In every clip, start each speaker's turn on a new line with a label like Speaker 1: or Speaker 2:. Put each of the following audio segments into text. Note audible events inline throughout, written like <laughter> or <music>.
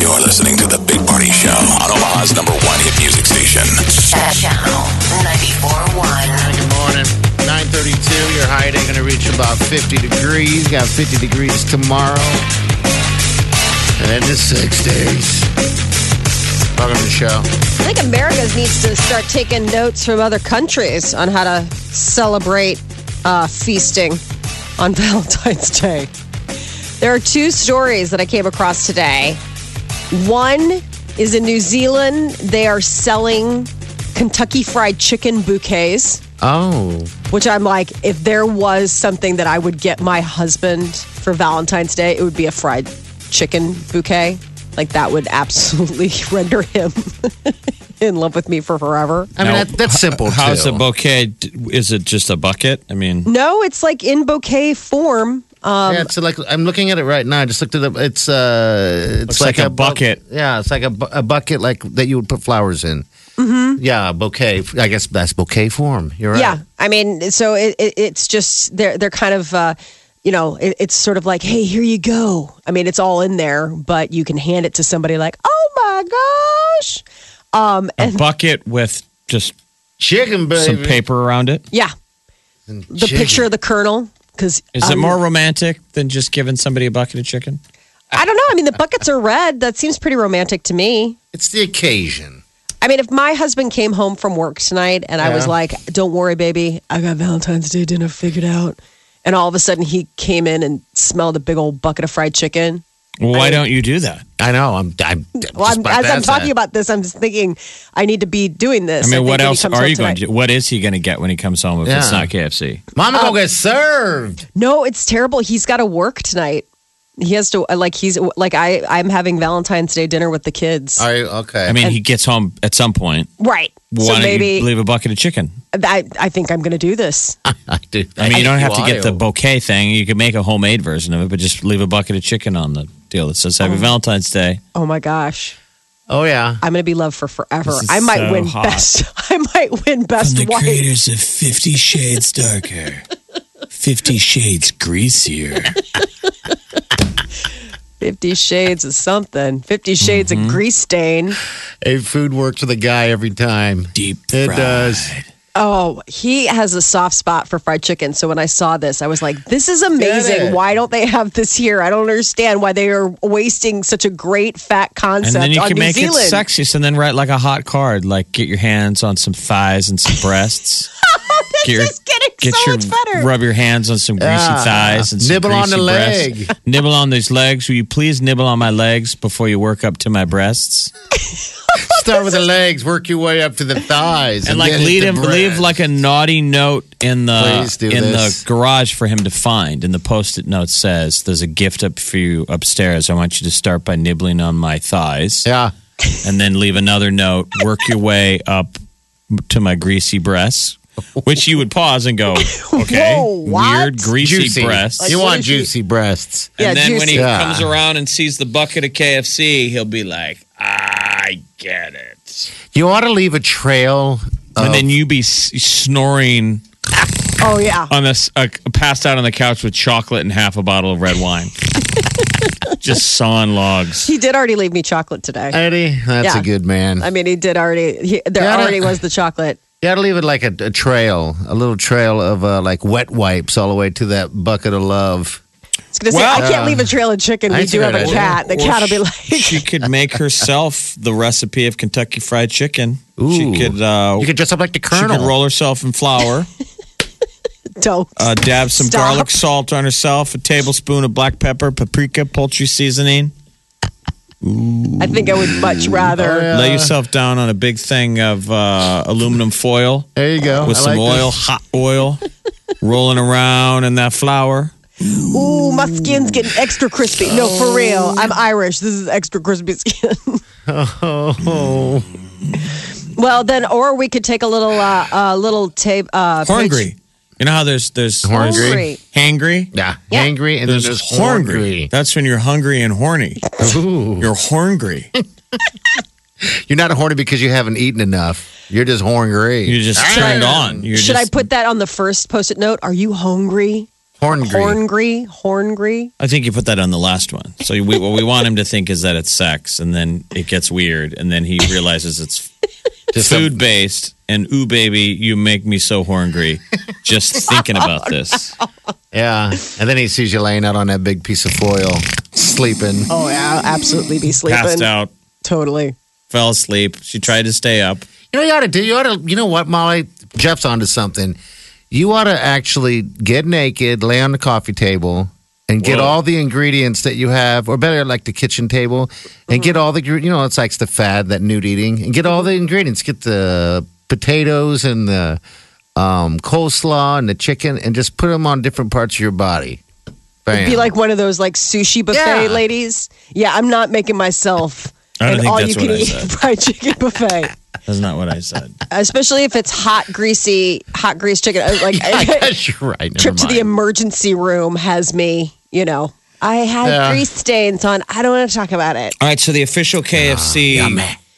Speaker 1: You're listening to The Big Party Show on Omaha's number one hit music station.
Speaker 2: Channel 94.1.
Speaker 3: Good morning. 932, your high today going to reach about 50 degrees. Got 50 degrees tomorrow. And then just six days. Welcome to the show.
Speaker 4: I think America needs to start taking notes from other countries on how to celebrate uh, feasting on <laughs> Valentine's Day. There are two stories that I came across today. One is in New Zealand, they are selling Kentucky Fried Chicken bouquets,
Speaker 3: Oh,
Speaker 4: which I'm like, if there was something that I would get my husband for Valentine's Day, it would be a fried chicken bouquet. Like, that would absolutely <laughs> render him in love with me for forever.
Speaker 3: I mean,
Speaker 5: Now,
Speaker 3: that, that's simple.
Speaker 5: How's
Speaker 3: too.
Speaker 5: a bouquet? Is it just a bucket? I mean,
Speaker 4: No, it's like in bouquet form. Um,
Speaker 3: yeah, so like I'm looking at it right now. I just looked at it. It's uh, it's
Speaker 5: Looks like a
Speaker 3: bu-
Speaker 5: bucket.
Speaker 3: yeah, it's like a, bu- a bucket like that you would put flowers in. Mm-hmm. Yeah, a bouquet. I guess that's bouquet form. You're right.
Speaker 4: Yeah, I mean, so it, it, it's just they're they're kind of uh, you know it, it's sort of like hey here you go. I mean it's all in there, but you can hand it to somebody like oh my gosh, um
Speaker 5: a bucket with just
Speaker 3: chicken baby.
Speaker 5: some paper around it.
Speaker 4: yeah the
Speaker 3: Chicken.
Speaker 4: picture of the colonel um, because
Speaker 5: Is it more romantic than just giving somebody a bucket of chicken?
Speaker 4: I don't know. I mean the buckets are red. That seems pretty romantic to me.
Speaker 3: It's the occasion.
Speaker 4: I mean, if my husband came home from work tonight and I was
Speaker 3: Yeah.
Speaker 4: like, "Don't worry, baby, I got Valentine's Day dinner figured out," and all of a sudden he came in and smelled a big old bucket of fried chicken.
Speaker 5: Why don't you do that?
Speaker 3: I know. I'm. I'm
Speaker 4: Well,
Speaker 3: just
Speaker 4: I'm, as
Speaker 3: to
Speaker 4: I'm
Speaker 3: ask that.
Speaker 4: talking about this, I'm just thinking I need to be doing this.
Speaker 5: I mean,
Speaker 4: think when
Speaker 5: what
Speaker 4: he
Speaker 5: else
Speaker 4: comes
Speaker 5: are
Speaker 4: home
Speaker 5: you going
Speaker 4: tonight.
Speaker 5: to do? What is he going to get when he comes home if
Speaker 3: Yeah.
Speaker 5: it's not KFC?
Speaker 3: Mama
Speaker 4: Oh.
Speaker 3: gonna get served.
Speaker 4: No, it's terrible. He's got to work tonight. He has to uh, like he's like I I'm having Valentine's Day dinner with the kids.
Speaker 3: Are you okay? <laughs>
Speaker 5: I mean, he gets home at some point.
Speaker 4: Right.
Speaker 5: Why
Speaker 4: so
Speaker 5: don't
Speaker 4: maybe
Speaker 5: you leave a bucket of chicken?
Speaker 4: I I think I'm going to do this.
Speaker 3: I do.
Speaker 5: I mean, you don't have to get the bouquet thing. You can make a homemade version of it, but just leave a bucket of chicken on the deal that says
Speaker 4: Um,
Speaker 5: "Happy Valentine's Day."
Speaker 4: Oh my gosh.
Speaker 3: Oh yeah.
Speaker 4: I'm going to be loved for forever.
Speaker 5: This is
Speaker 4: I might
Speaker 5: so
Speaker 4: win
Speaker 5: hot.
Speaker 4: best. <laughs> I might win best wife.
Speaker 5: of Fifty Shades Darker, Fifty Shades Greasier.
Speaker 4: 50 shades of something. 50 shades
Speaker 5: Mm-hmm.
Speaker 4: of grease stain.
Speaker 3: Hey, food works with a guy every time.
Speaker 5: deep
Speaker 3: It
Speaker 5: fried.
Speaker 3: does.
Speaker 4: Oh, he has a soft spot for fried chicken. So when I saw this, I was like, this is amazing.
Speaker 3: it.
Speaker 4: Why don't they have this here? I don't understand why they are wasting such a great fat
Speaker 5: And
Speaker 4: concept
Speaker 5: then you
Speaker 4: on
Speaker 5: can
Speaker 4: New
Speaker 5: make
Speaker 4: Zealand. <laughs>
Speaker 5: it sexy. So then write like a hot card, like get your hands on some thighs and some
Speaker 3: <laughs>
Speaker 5: breasts.
Speaker 4: Oh, this
Speaker 5: Get your-
Speaker 4: is getting
Speaker 5: Get
Speaker 4: so
Speaker 5: your
Speaker 4: much better.
Speaker 5: rub your hands on some greasy
Speaker 3: Ah,
Speaker 5: thighs and some
Speaker 3: nibble on
Speaker 5: greasy
Speaker 3: the
Speaker 5: breasts.
Speaker 3: leg.
Speaker 5: nibble on these legs. Will you please nibble on my legs before you work up to my breasts?
Speaker 3: Start with the legs, work your way up to the thighs,
Speaker 5: and like
Speaker 3: then
Speaker 5: leave
Speaker 3: hit
Speaker 5: him
Speaker 3: the
Speaker 5: leave
Speaker 3: breasts.
Speaker 5: like a naughty note in the
Speaker 3: Please do
Speaker 5: in
Speaker 3: this.
Speaker 5: the garage for him to find and the post-it note says there's a gift up for you upstairs i want you to start by nibbling on my thighs
Speaker 3: yeah.
Speaker 5: and then leave another note work your way up to my greasy breasts which you would pause and go okay
Speaker 4: <laughs> Whoa, what?
Speaker 5: weird greasy
Speaker 3: Juicy
Speaker 5: breasts
Speaker 3: you
Speaker 4: what
Speaker 3: want
Speaker 4: is he-
Speaker 3: juicy breasts?
Speaker 5: and
Speaker 4: Yeah,
Speaker 5: then when he
Speaker 4: juicy.
Speaker 3: Yeah.
Speaker 5: comes around and sees the bucket of KFC, he'll be like, "I get it."
Speaker 3: You ought to leave a trail.
Speaker 5: and then you be s- snoring
Speaker 4: Oh, yeah.
Speaker 5: on this uh, passed out on the couch with chocolate and half a bottle of red wine just sawing logs
Speaker 4: He did already leave me chocolate today.
Speaker 3: Eddie, that's
Speaker 4: Yeah.
Speaker 3: a good man.
Speaker 4: I mean, he did already. He, there
Speaker 3: Yeah, I don't-
Speaker 4: already was the chocolate.
Speaker 3: you ought to leave it like a, a trail, a little trail of uh, like wet wipes all the way to that bucket of love.
Speaker 4: It's gonna
Speaker 5: Well-
Speaker 4: say I can't leave a trail of chicken. We
Speaker 3: That's
Speaker 4: do
Speaker 3: a
Speaker 4: have a
Speaker 3: good
Speaker 4: cat. The
Speaker 5: Or
Speaker 4: cat will be
Speaker 5: she-
Speaker 4: like, <laughs>
Speaker 5: she could make herself the recipe of kentucky fried chicken she
Speaker 3: Ooh.
Speaker 5: could uh
Speaker 3: You could dress up like the
Speaker 5: she
Speaker 3: colonel.
Speaker 5: could roll herself
Speaker 3: <laughs>
Speaker 5: in flour
Speaker 4: "Don't."
Speaker 5: uh, dab some
Speaker 4: Stop.
Speaker 5: garlic salt on herself a tablespoon of black pepper paprika poultry seasoning
Speaker 4: I think I would much rather.
Speaker 5: lay yourself down on a big thing of uh, aluminum foil
Speaker 3: there you go.
Speaker 5: with
Speaker 3: I
Speaker 5: some
Speaker 3: like
Speaker 5: oil
Speaker 3: <laughs> this.
Speaker 5: hot oil rolling around in that flour.
Speaker 4: Ooh, my skin's getting extra crispy. No, for real. I'm Irish. This is extra crispy skin. <laughs>
Speaker 3: Oh,
Speaker 4: well, then, or we could take a little, uh, uh, little tape. Uh,
Speaker 5: Horngry. You know how there's there's
Speaker 4: Hungry.
Speaker 5: hangry.
Speaker 3: yeah,
Speaker 4: Yeah.
Speaker 3: angry and
Speaker 5: There's,
Speaker 3: then there's
Speaker 5: horngry.
Speaker 3: horngry.
Speaker 5: That's when you're hungry and horny. <laughs>
Speaker 3: Ooh.
Speaker 5: You're horngry.
Speaker 3: You're not horny because you haven't eaten enough. You're just Ah. horngry.
Speaker 5: You're just turned on. You're
Speaker 4: Should I
Speaker 5: just,
Speaker 4: put that on the first post-it note? Are you hungry?
Speaker 3: horngry.
Speaker 4: Horngry, horngry.
Speaker 5: I think you put that on the last one. So we, what we want him to think is that it's sex, and then it gets weird, and then he realizes <laughs> it's
Speaker 3: just
Speaker 5: food based. And ooh, baby, you make me so horngry just thinking about this.
Speaker 3: A, yeah, and then he sees you laying out on that big piece of foil, sleeping.
Speaker 4: Oh, yeah, I'll absolutely be
Speaker 5: Passed
Speaker 4: sleeping.
Speaker 5: out,
Speaker 4: Totally.
Speaker 5: fell asleep. She tried to stay up.
Speaker 3: You know, what you ought to do. You ought to. You know what, Molly? Jeff's onto something. You ought to actually get naked, lay on the coffee table, and get
Speaker 5: Whoa.
Speaker 3: all the ingredients that you have, or better, like the kitchen table, and
Speaker 4: Mm-hmm.
Speaker 3: get all the. gre- You know, it's like the fad that nude eating, and get all the ingredients. Get the potatoes and the um, coleslaw and the chicken, and just put them on different parts of your body. Bam.
Speaker 4: Be like one of those like sushi buffet
Speaker 3: Yeah.
Speaker 4: ladies. Yeah, I'm not making myself
Speaker 5: I don't
Speaker 4: an
Speaker 5: think
Speaker 4: all
Speaker 5: that's
Speaker 4: you can
Speaker 5: what I
Speaker 4: eat
Speaker 5: said.
Speaker 4: <laughs> fried chicken buffet.
Speaker 5: That's not what I said.
Speaker 4: Especially if it's hot, greasy, hot grease chicken. I
Speaker 3: <laughs>
Speaker 4: was Like
Speaker 3: <laughs>
Speaker 4: <laughs>
Speaker 3: I guess you're right. Never
Speaker 4: trip to the
Speaker 3: mind.
Speaker 4: emergency room has me, you know. I had
Speaker 3: Yeah.
Speaker 4: grease stains on. I don't want to talk about it.
Speaker 5: <laughs> All right, so the official KFC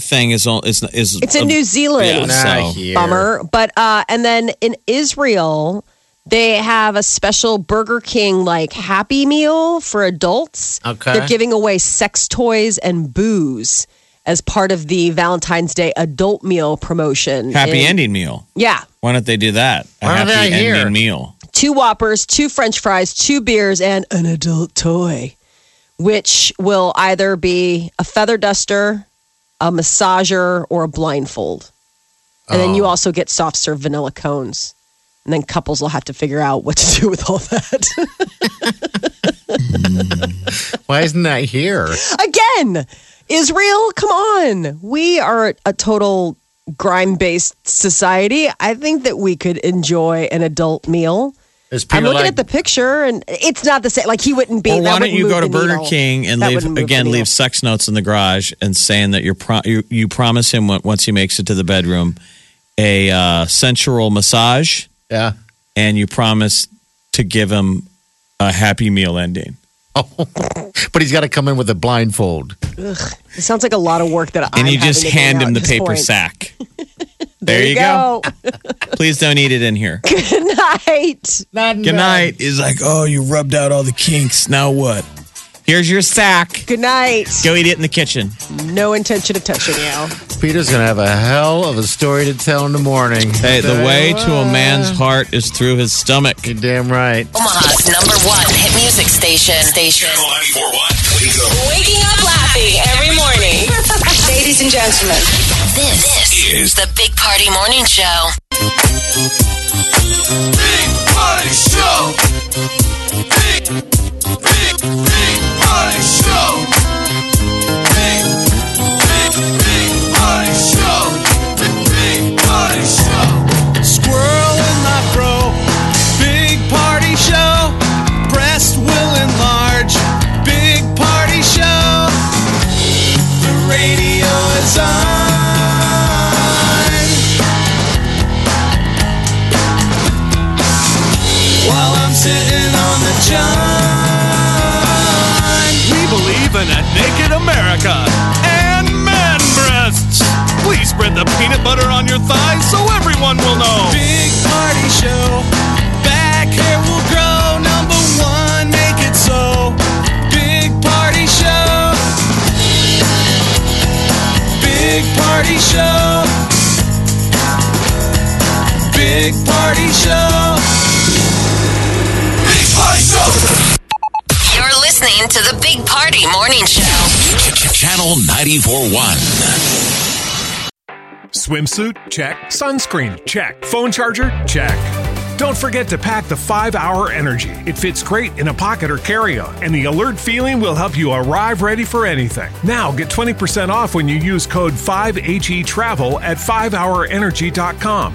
Speaker 5: thing is all is is
Speaker 4: It's
Speaker 3: Um,
Speaker 4: in New Zealand.
Speaker 5: Yeah.
Speaker 3: Nah,
Speaker 5: So-
Speaker 3: here.
Speaker 4: Bummer. But uh and then in Israel, they have a special Burger King like happy meal for adults.
Speaker 3: Okay.
Speaker 4: They're giving away sex toys and booze as part of the Valentine's Day adult meal promotion.
Speaker 5: happy
Speaker 4: in-
Speaker 5: ending meal.
Speaker 4: Yeah.
Speaker 5: Why don't they do that? A
Speaker 3: Why don't
Speaker 5: happy
Speaker 3: they here?
Speaker 5: ending meal.
Speaker 4: two whoppers, two french fries, two beers, and an adult toy, which will either be a feather duster, a massager, or a blindfold. And then you also get soft serve vanilla cones. And then couples will have to figure out what to do with all that. <laughs>
Speaker 3: Why isn't that here?
Speaker 4: Again, Israel, come on. We are a total grime based society. I think that we could enjoy an adult meal.
Speaker 3: Is
Speaker 4: I'm
Speaker 3: Peter
Speaker 4: looking
Speaker 3: like-
Speaker 4: at the picture, and it's not the same. Like he wouldn't be. that
Speaker 5: Or why don't
Speaker 4: wouldn't
Speaker 5: you go
Speaker 4: move
Speaker 5: to
Speaker 4: the
Speaker 5: Burger
Speaker 4: needle.
Speaker 5: King and
Speaker 4: That wouldn't
Speaker 5: leave
Speaker 4: move
Speaker 5: again
Speaker 4: the
Speaker 5: leave sex notes in the garage and saying that you're pro- you, you promise him on- once he makes it to the bedroom a uh, sensual massage
Speaker 3: Yeah.
Speaker 5: and you promise to give him a happy meal ending.
Speaker 3: But he's got to come in with a blindfold.
Speaker 4: needle. It sounds like a lot of work that I'm
Speaker 5: and you
Speaker 4: having to
Speaker 5: just
Speaker 4: figure
Speaker 5: hand
Speaker 4: out
Speaker 5: him
Speaker 4: at
Speaker 5: the
Speaker 4: this
Speaker 5: paper
Speaker 4: point.
Speaker 5: sack.
Speaker 4: There, you go.
Speaker 5: Please don't eat it in here.
Speaker 4: <laughs> Good night.
Speaker 5: Good night. He's like, oh, you rubbed out all the kinks. Now what? Here's your sack.
Speaker 4: Good night.
Speaker 5: Go eat it in the kitchen.
Speaker 4: No intention of touching you.
Speaker 3: Peter's going to have a hell of a story to tell in the morning.
Speaker 5: Hey, the way to a man's heart is through his stomach.
Speaker 3: You're damn right.
Speaker 2: Omaha's number one hit music station. Station.
Speaker 1: Channel 941. Wake up.
Speaker 6: Waking up laughing every morning. <laughs> Ladies and gentlemen,
Speaker 2: This, is the Big Party Morning Show.
Speaker 1: Big Party Show. Big, big, big Party Show. Big, big, big Party Show. Big Party Show. Squirrel in my bro. Big Party Show. Breast will enlarge. Big Party Show. The radio is on. while I'm sitting on the john. We believe in a naked America and man breasts. Please spread the peanut butter on your thighs so everyone will know. Big party show. Back hair will grow. Number one, make it so. Big party show. Big party show. Big party show. Big Party Show.
Speaker 2: You're listening to the Big Party Morning Show.
Speaker 1: Channel 94.1.
Speaker 7: Swimsuit? Check. Sunscreen? Check. Phone charger? Check. Don't forget to pack the 5 Hour Energy. It fits great in a pocket or carry on, and the alert feeling will help you arrive ready for anything. Now get E 20% off when you use code 5HE Travel at 5HourEnergy.com.